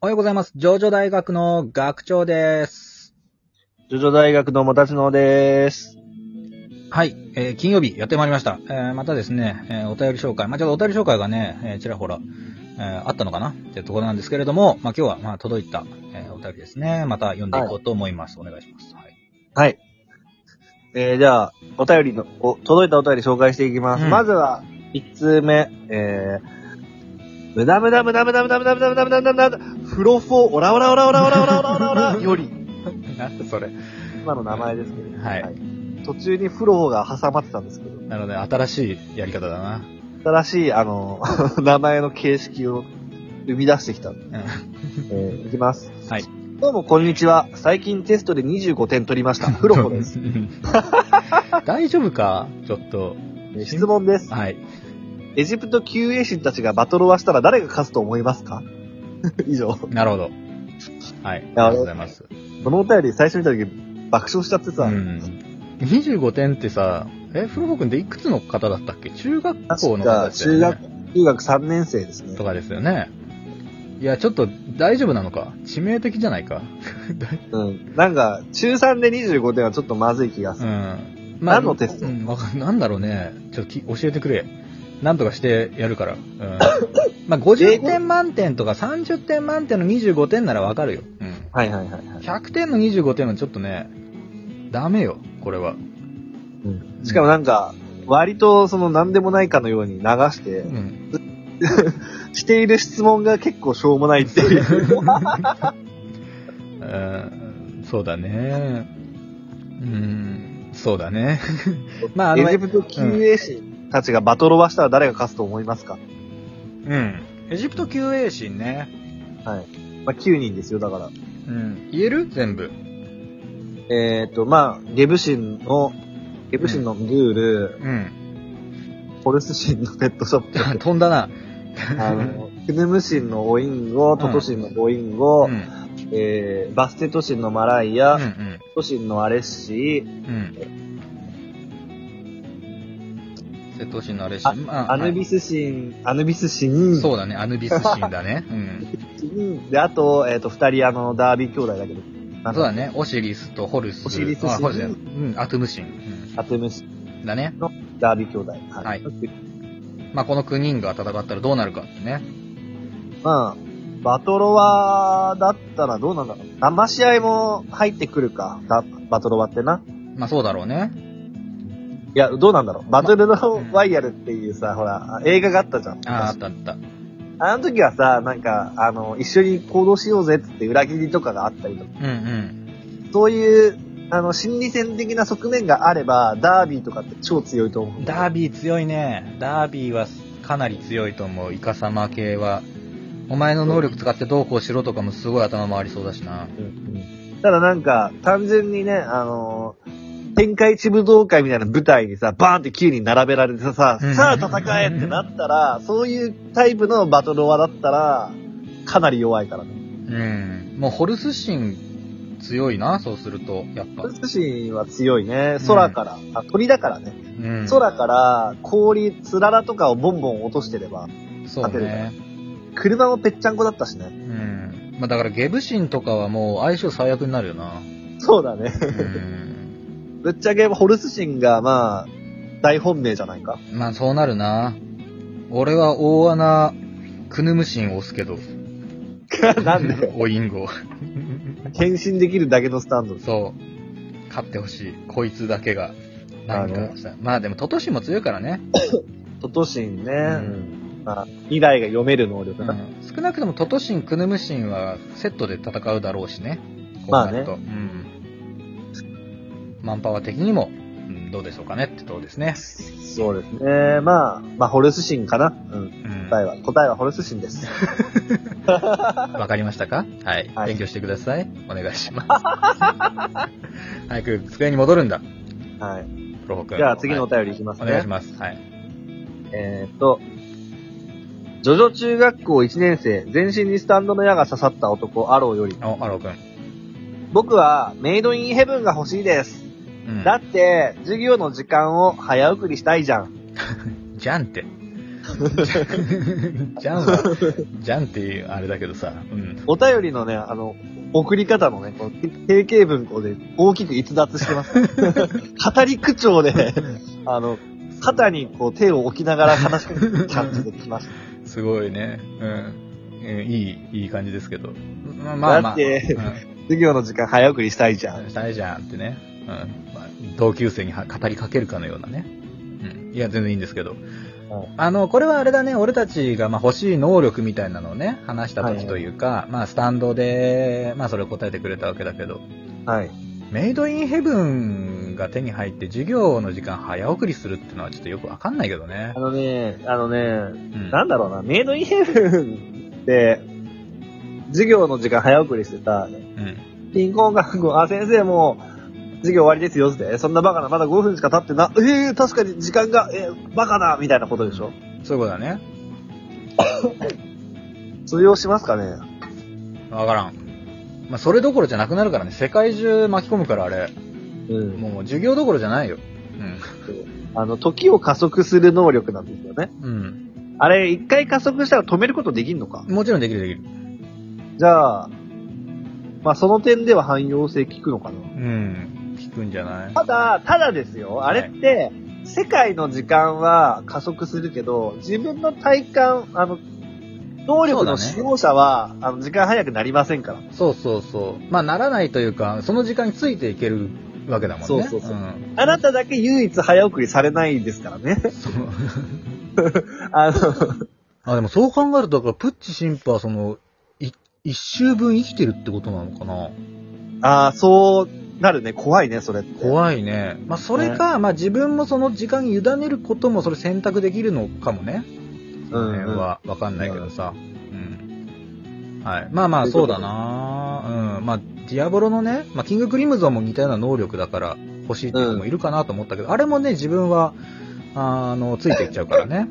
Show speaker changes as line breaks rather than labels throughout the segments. おはようございます。上ョ大学の学長です。
ジョジョ大学のもたちのです。
はい、えー金曜日やってまいりました。えーまたですね、えーお便り紹介。まあ、ちょっとお便り紹介がね、えーちらほら、えーあったのかなっていうところなんですけれども、まあ、今日は、まあ、届いた、えーお便りですね。また読んでいこうと思います。お願いします。はい。
はい。えー、じゃあ、お便りの、お、届いたお便り紹介していきます。
うん
まずは、1通目、えー、むだむだむだむだむだむだむだむだむだむだむだフロフォー、オラオラオラオラオラオラオラオラオラより、
なんだそれ。
今の名前ですけど、
はい
途中にフローが挟まってたんですけど、
なので、新しいやり方だな。
新しい、あの、名前の形式を生み出してきた。
うんは
えー、いきます。
い。。
どうも、こんにちは。最近テストで25点取りました。フロフォです。
大丈夫かちょっと。
え質問です。
はい。
エジプト救衛士たちがバトルはしたら誰が勝つと思いますか 以上。
なるほど。はい。あり
や
がとうございます。
このお便り最初見た時爆笑しちゃってさ、
うん、25点ってさ、え、古本君っていくつの方だったっけ中学校の方
確か
だったよね
中学中学3年生ですね
と。かですよね。いや、ちょっと大丈夫なのか致命的じゃないか。
うん。なんか、中3で25点はちょっとまずい気がす
う
る。
ん。
何のテスト
うん、わかんなんだろうね。ちょっとき教えてくれ。なんとかしてやるから。うん。 まあ、
英
50
語
点満点とか30点満点の25点ならわかるよ。うん。
はいはいはいはい。
100点の25点はちょっとね、ダメよ、これは。
うんしかもなんか、割とその何でもないかのように流して
う、ん。
している質問が結構しょうもないっていう。
うんそうだね。うん、そうだね。 まあ、あの
エ、ジプト救衛士たちがバトルはしたら誰が勝つと思いますか
うん。エジプト救衛神ね。
はい。まあ、9人ですよ、だから。
うん。言える全部。
えっ、と、まあ、ゲブシンの、ゲブシンのグール、
うん。
ホルスシンのペットショ ップ、
飛んだな。
あの、クヌムシンのオインゴ、トトシンのボインゴ、
うん。
えー、バステトシンのマライ
う
ア、
ん。
トシンのアレッシー、
うん。瀬戸神のあれし、
あ
まあ
アヌビ
ス、
スシン、アヌビスシン、
そうだね、アヌビス神だね。うん。
う。で、あと、えっ、と、二人あの、ダービー兄弟だけど、あ
そう
の
だね、オシリスとホルス。
オシリス神
あホルスじゃないうん、アトゥム神。うん
アテムシ、
だね。
ダービー兄弟。は
はいまあ、この9人が戦ったらどうなるかってね。
まあ、バトロワだったらどうなんだろう。生試合も入ってくるか、だバトロワってな。
まあ、そうだろうね。
いや、どうなんだろう。バトルのワイヤルっていうさ、ほら、映画があったじゃん。
ああ、あったあった。
あの時はさ、なんか、あの、一緒に行動しようぜっつって裏切りとかがあったりとか、
うんうん。
そういう、あの、心理戦的な側面があれば、ダービーとかって超強いと思う。
ダービー強いね。ダービーはかなり強いと思う。イカ様系は。お前の能力使ってどうこうしろとかもすごい頭回りそうだしな。
うんただなんか、単純にね、あの、天下一武道会みたいな舞台にさ、バーンって9人並べられてさ、
うん
さあ戦えってなったら、そういうタイプのバトルワだったら、かなり弱いからね。
うん。もうホルス神強いな、そうすると。やっぱ。
難しいは強いね。空から、あ、鳥だからね。
うん。
空から氷、つららとかをボンボン落としてれば、
そうね。
車もぺっちゃんこだったしね。
うん。まあだからゲブ神とかはもう相性最悪になるよな。
そうだね。
うん。
ぶっちゃけホルスシンが、まあ、大本命じゃないか。
まあそうなるな。俺は大穴、クヌム神を押すけど。
なんで
おインゴ。
変身できるだけのスタンド。
そう。勝ってほしい。こいつだけが。何
あ
か
の
した。まあでも、トトシも強いからね。
トトシンね、
ん
まあ、未来が読める能力
う
な。
ん、少なくともトトシン、クヌムシンはセットで戦うだろうしね。こうなると。うん。マンパワー的にも、うん、どうでしょうかねってとこですね。
そうですね。まあ、まあ、ホルスシンかな。うん。
うん。
答えは、答えはホルスシンです。
わかりましたかはい。
はい
勉強してください。お願いします。 早く机に戻るんだ、
はい。
プロホ君。
じゃあ、次のお
はい
便りいきます
お
ね。
願いします。はい。
えーっと、ジョジョ中学校1年生、全身にスタンドの矢が刺さった男、アローより、
お、アロー君。
僕はメイドインヘブンが欲しいです。
うん
だって、授業の時間を早送りしたいじゃん。
じゃんって。ジャンは、ジャンっていうあれだけどさ、うん。
お便りのね、あの、送り方のね、こう定型文をね、大きく逸脱し てます。語り口調で、あの、肩にこう手を置きながら話しかける感じできました。
すごいね。うん。えいい、いい感じですけど。まあまあま
だっ
あ。
て授業の時間早送りしたいじゃ。
うんん。したいじゃんってね。うん。まあ、同級生には語りかけるかのようなね。うん。いや、全然いいんですけど。あの、これはあれだね、俺たちがまあ欲しい能力みたいなのをね、話した時というか、まあスタンドで、まあそれを答えてくれたわけだけど、
はい。
メイドインヘブンが手に入って授業の時間早送りするってのはちょっとよくわかんないけどね
あ。のね、あの
う
ね、
ん。
なんだろうな、メイドインヘブンって、授業の時間早送りして
う
た、
ん。
ピンコンが、あ、先生もう、授業終わりですよって。そんなバカな、まだ5分しか経ってな、ええー、確かに時間が、えー、バカな、みたいなことでしょ
そういうことだね。
通用しますかね
わからん。まあそれどころじゃなくなるからね、世界中巻き込むからあれ、
うん。
もう授業どころじゃないよ。
あの、時を加速する能力なんですよね。
うん。
あれ、一回加速したら止めることできんのか
うん。もちろんできるできる。
じゃあ、まあ、その点では汎用性効くのかな
うん。聞くんじゃない
ただ、ただですよ、あれって、世界の時間は加速するけど、自分の体感、あの、能力の使用者は、あの、時間早くなりませんから。
そうそうそう。まあならないというか、その時間についていけるわけだもんね。
そうそうそうんあなただけ唯一早送りされないですからね。
そう。
あの、
あ、でもそう考えると、だからプッチシンパはその、い一周分生きてるってことなのかな
ああ、そうなるね。怖いね、それって。
怖いね。まあそれか、まあ自分もその時間に委ねることもそれ選択できるのかもね。
うんうん
その辺はわかんないけどさ。うん。はい。まあまあそうだなうん。まあディアボロのね、まあキングクリムゾンも似たような能力だから欲しいっていう人もいるかなと思ったけど、あれもね、自分は、あの、ついていっちゃうからね。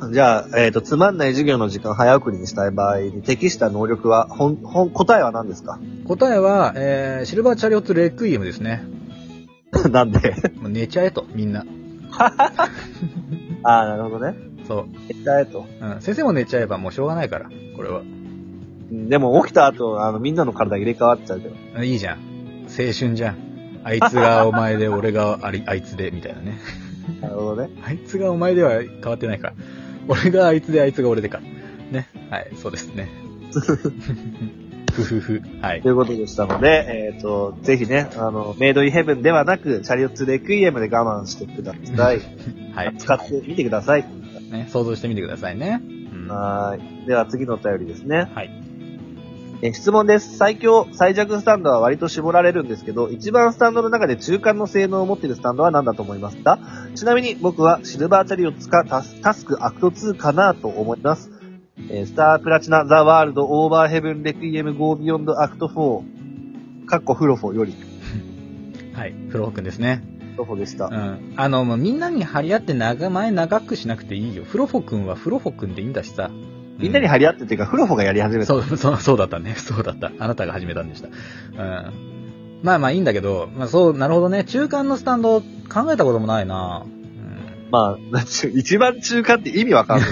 うん。
じゃあ、えっ、と、つまんない授業の時間早送りにしたい場合に適した能力は、ほん、 ほん、答えは何ですか
答えは、えー、シルバーチャリオットレクイエムですね。
なんで
もう寝ちゃえと、みんな。
ああ、なるほどね。
そう。
一回と。
うん。先生も寝ちゃえばもうしょうがないから、これは。
でも起きた後、あの、みんなの体入れ替わっちゃうけど。
いいじゃん。青春じゃん。あいつがお前で、俺があり、 あいつで、みたいなね。
なるほどね。
あいつがお前では変わってないから。俺があいつで、あいつが俺でか。ね。はい、そうですね。ふふふ。はい
と。いうことでしたので、えっ、と、ぜひね、あの、メイドインヘブンではなく、チャリオッツレクイエムで我慢してください。
はい。
使ってみてください。
ね、想像してみてくださいね。うん。は
はーい。では次のお便りですね。
い。
えー質問です。最強、最弱スタンドは割と絞られるんですけど、一番スタンドの中で中間の性能を持っているスタンドは何だと思いますかちなみに僕はシルバーチャリオッツかタスタスクアクト2かなと思います。えースタープラチナザワールドオーバーヘブンレクイエムゴービヨンドアクト4、カッコフロフォより、フ
はい。フロー君ですね。
ロフォでした
う。んあの、もうみんなに張り合って長前長くしなくていいよ。フロフォ君はフロフォ君でいいんだしさ。
みんなに
張
張り合ってっていうか、フロフォがやり始めた。
そう、そう、そうだったね。 そうだった。あなたが始めたんでした。うん。まあまあいいんだけど、まあそう、なるほどね。中間のスタンド考えたこともないな。うん
まあ、一番中間って意味わかんない。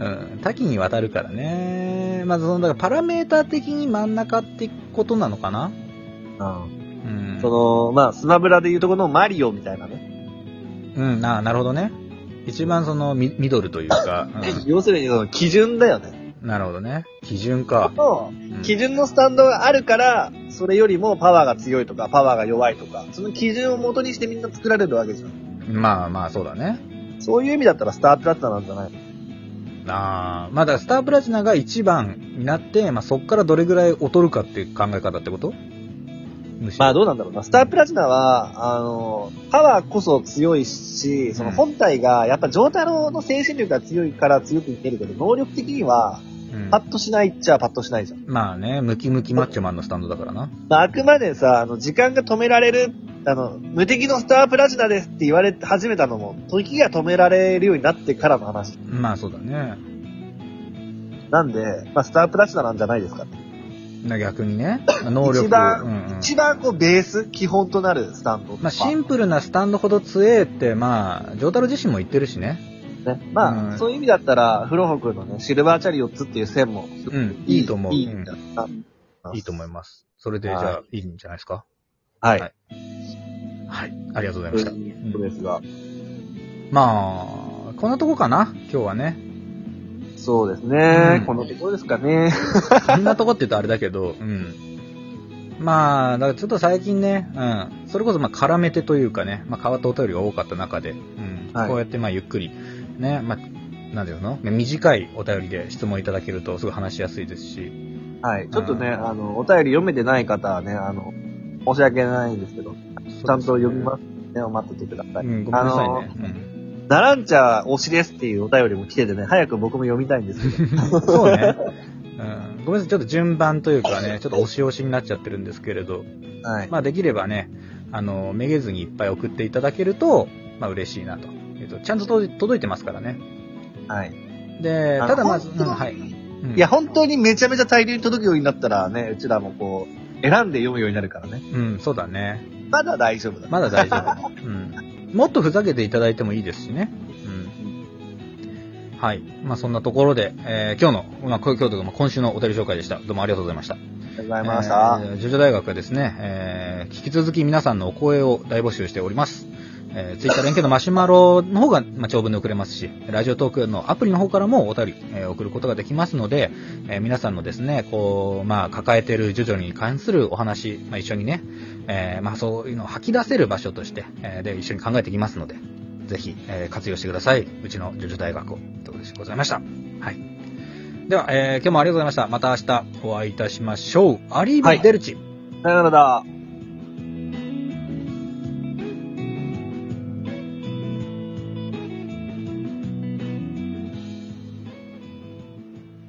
うん、多岐にわたるからね。まずその、だからパラメータ的に真ん中ってことなのかな
うん
うん。
その、まあ、スマブラでいうとこのマリオみたいなね。
うん、あなるほどね。一番そのミ、ミドルというか、
要するにその基準だよね。
うん。なるほどね。基準か。うん
基準のスタンドがあるから、それよりもパワーが強いとか、パワーが弱いとか、その基準を元にしてみんな作られるわけじゃん。
まあまあ、そうだね。
そういう意味だったらスタープラチナなんじゃない
ああ、まあだからスタープラチナが1番になって、まあそっからどれぐらい劣るかっていう考え方ってことむしろ
まあどうなんだろうな。スタープラチナは、あの、パワーこそ強いし、その本体が、やっぱ上太郎の精神力が強いから強くいけるけど、能力的には、
うん
パッとしないっちゃパッとしないじゃん。
まあね、ムキムキマッチョマンのスタンドだからな。
まああくまでさ、あの、時間が止められる、あの、無敵のスタープラチナですって言われ始めたのも、時が止められるようになってからの話。
まあそうだね。
なんで、まあ、スタープラチナなんじゃないですか。
な逆にね。能力。
一番
うんうん
一番こうベース、基本となるスタンドとか。
まあ、シンプルなスタンドほど強えって、まあ、ジョータロ自身も言ってるしね。
ね、まあ、
うん
そういう意味だったら、フロホ君のね、シルバーチャリオッツっていう線も、
うん、いいと思う。
いい
うんん
じゃないかない
いと思います。それで、じゃあ、いいんじゃないですか。
はい。
はいはい。ありがとうございま
とい
した。
うことですが、
まあ、こんなとこかな今日はね。
そうですね、
うん
このところですかね。
こんなとこって言うとあれだけど、うん。まあ、だからちょっと最近ね、うん。それこそまあ絡めてというかね、まあ変わったお便りが多かった中で、うん。
はい
こうやってまあゆっくり、ね、まあ、なんていうの短いお便りで質問いただけるとすごい話しやすいですし、
はい。ちょっとね、
うん。
あの、お便り読めてない方はね、あの、申し訳ないんですけど、ちゃんと読みますすね、待っててくださ
う
い。
ん、ごめんなさい
あの
ね。うん
ナランチャ推しですっていうお便りも来ててね、早く僕も読みたいんですけ ど。
そうね。うん、ごめんなさい、ちょっと順番というかね、ちょっと押し押しになっちゃってるんですけれど、
はい。
まあできればね、あの、めげずにいっぱい送っていただけると、まあ嬉しいなと。えっと、ちゃんと届い届いてますからね。
はい。
で、
あの
ただまず、
本当
うん
に
はい。
いや、本当にめちゃめちゃ大量に届くようになったらね、うちらもこう、選んで読むようになるからね。
うん、うん、そうだね。
まだ大丈夫だ。
まだ大丈 夫。うん。もっとふざけていただいてもいいですしね。うん。はい。まあそんなところで、えー今日の、まあ今日というかまあ今週のお便り紹介でした。どうもありがとうございました。
ありがとうございました。
えージョジョ大学はですね、えー引き続き皆さんのお声を大募集しております。えー、ツイッター連携のマシュマロの方が、まあ、長文で送れますし、ラジオトークのアプリの方からもお便り、えー送ることができますので、えー皆さんのですね、こう、まあ、抱えてるジョジョに関するお話、まあ、一緒にね、えーまあ、そういうのを吐き出せる場所として、えーで、一緒に考えていきますので、ぜひ、えー活用してください。うちのジョジョ大学を。ということでございました。はい。では、えー今日もありがとうございました。また明日お会いいたしましょう。アリーベデルチ。
さよならだ。